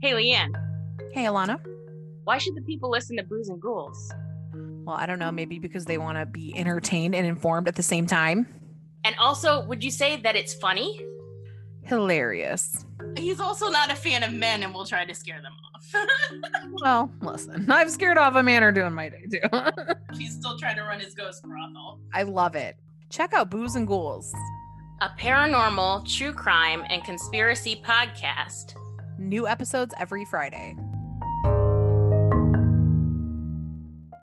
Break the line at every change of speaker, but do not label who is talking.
Hey, Leanne,
Hey, Alana.
why should the people listen to Booze and Ghouls?
Well, I don't know, maybe because they want to be entertained and informed at the same time.
And also, would you say that it's funny?
Hilarious.
He's also not a fan of men and will try to scare them off.
Well, listen, I'm scared off a man or doing my day too.
He's still trying to run his ghost brothel.
I love it. Check out Booze and Ghouls,
A paranormal, true crime, and conspiracy podcast.
new episodes every Friday.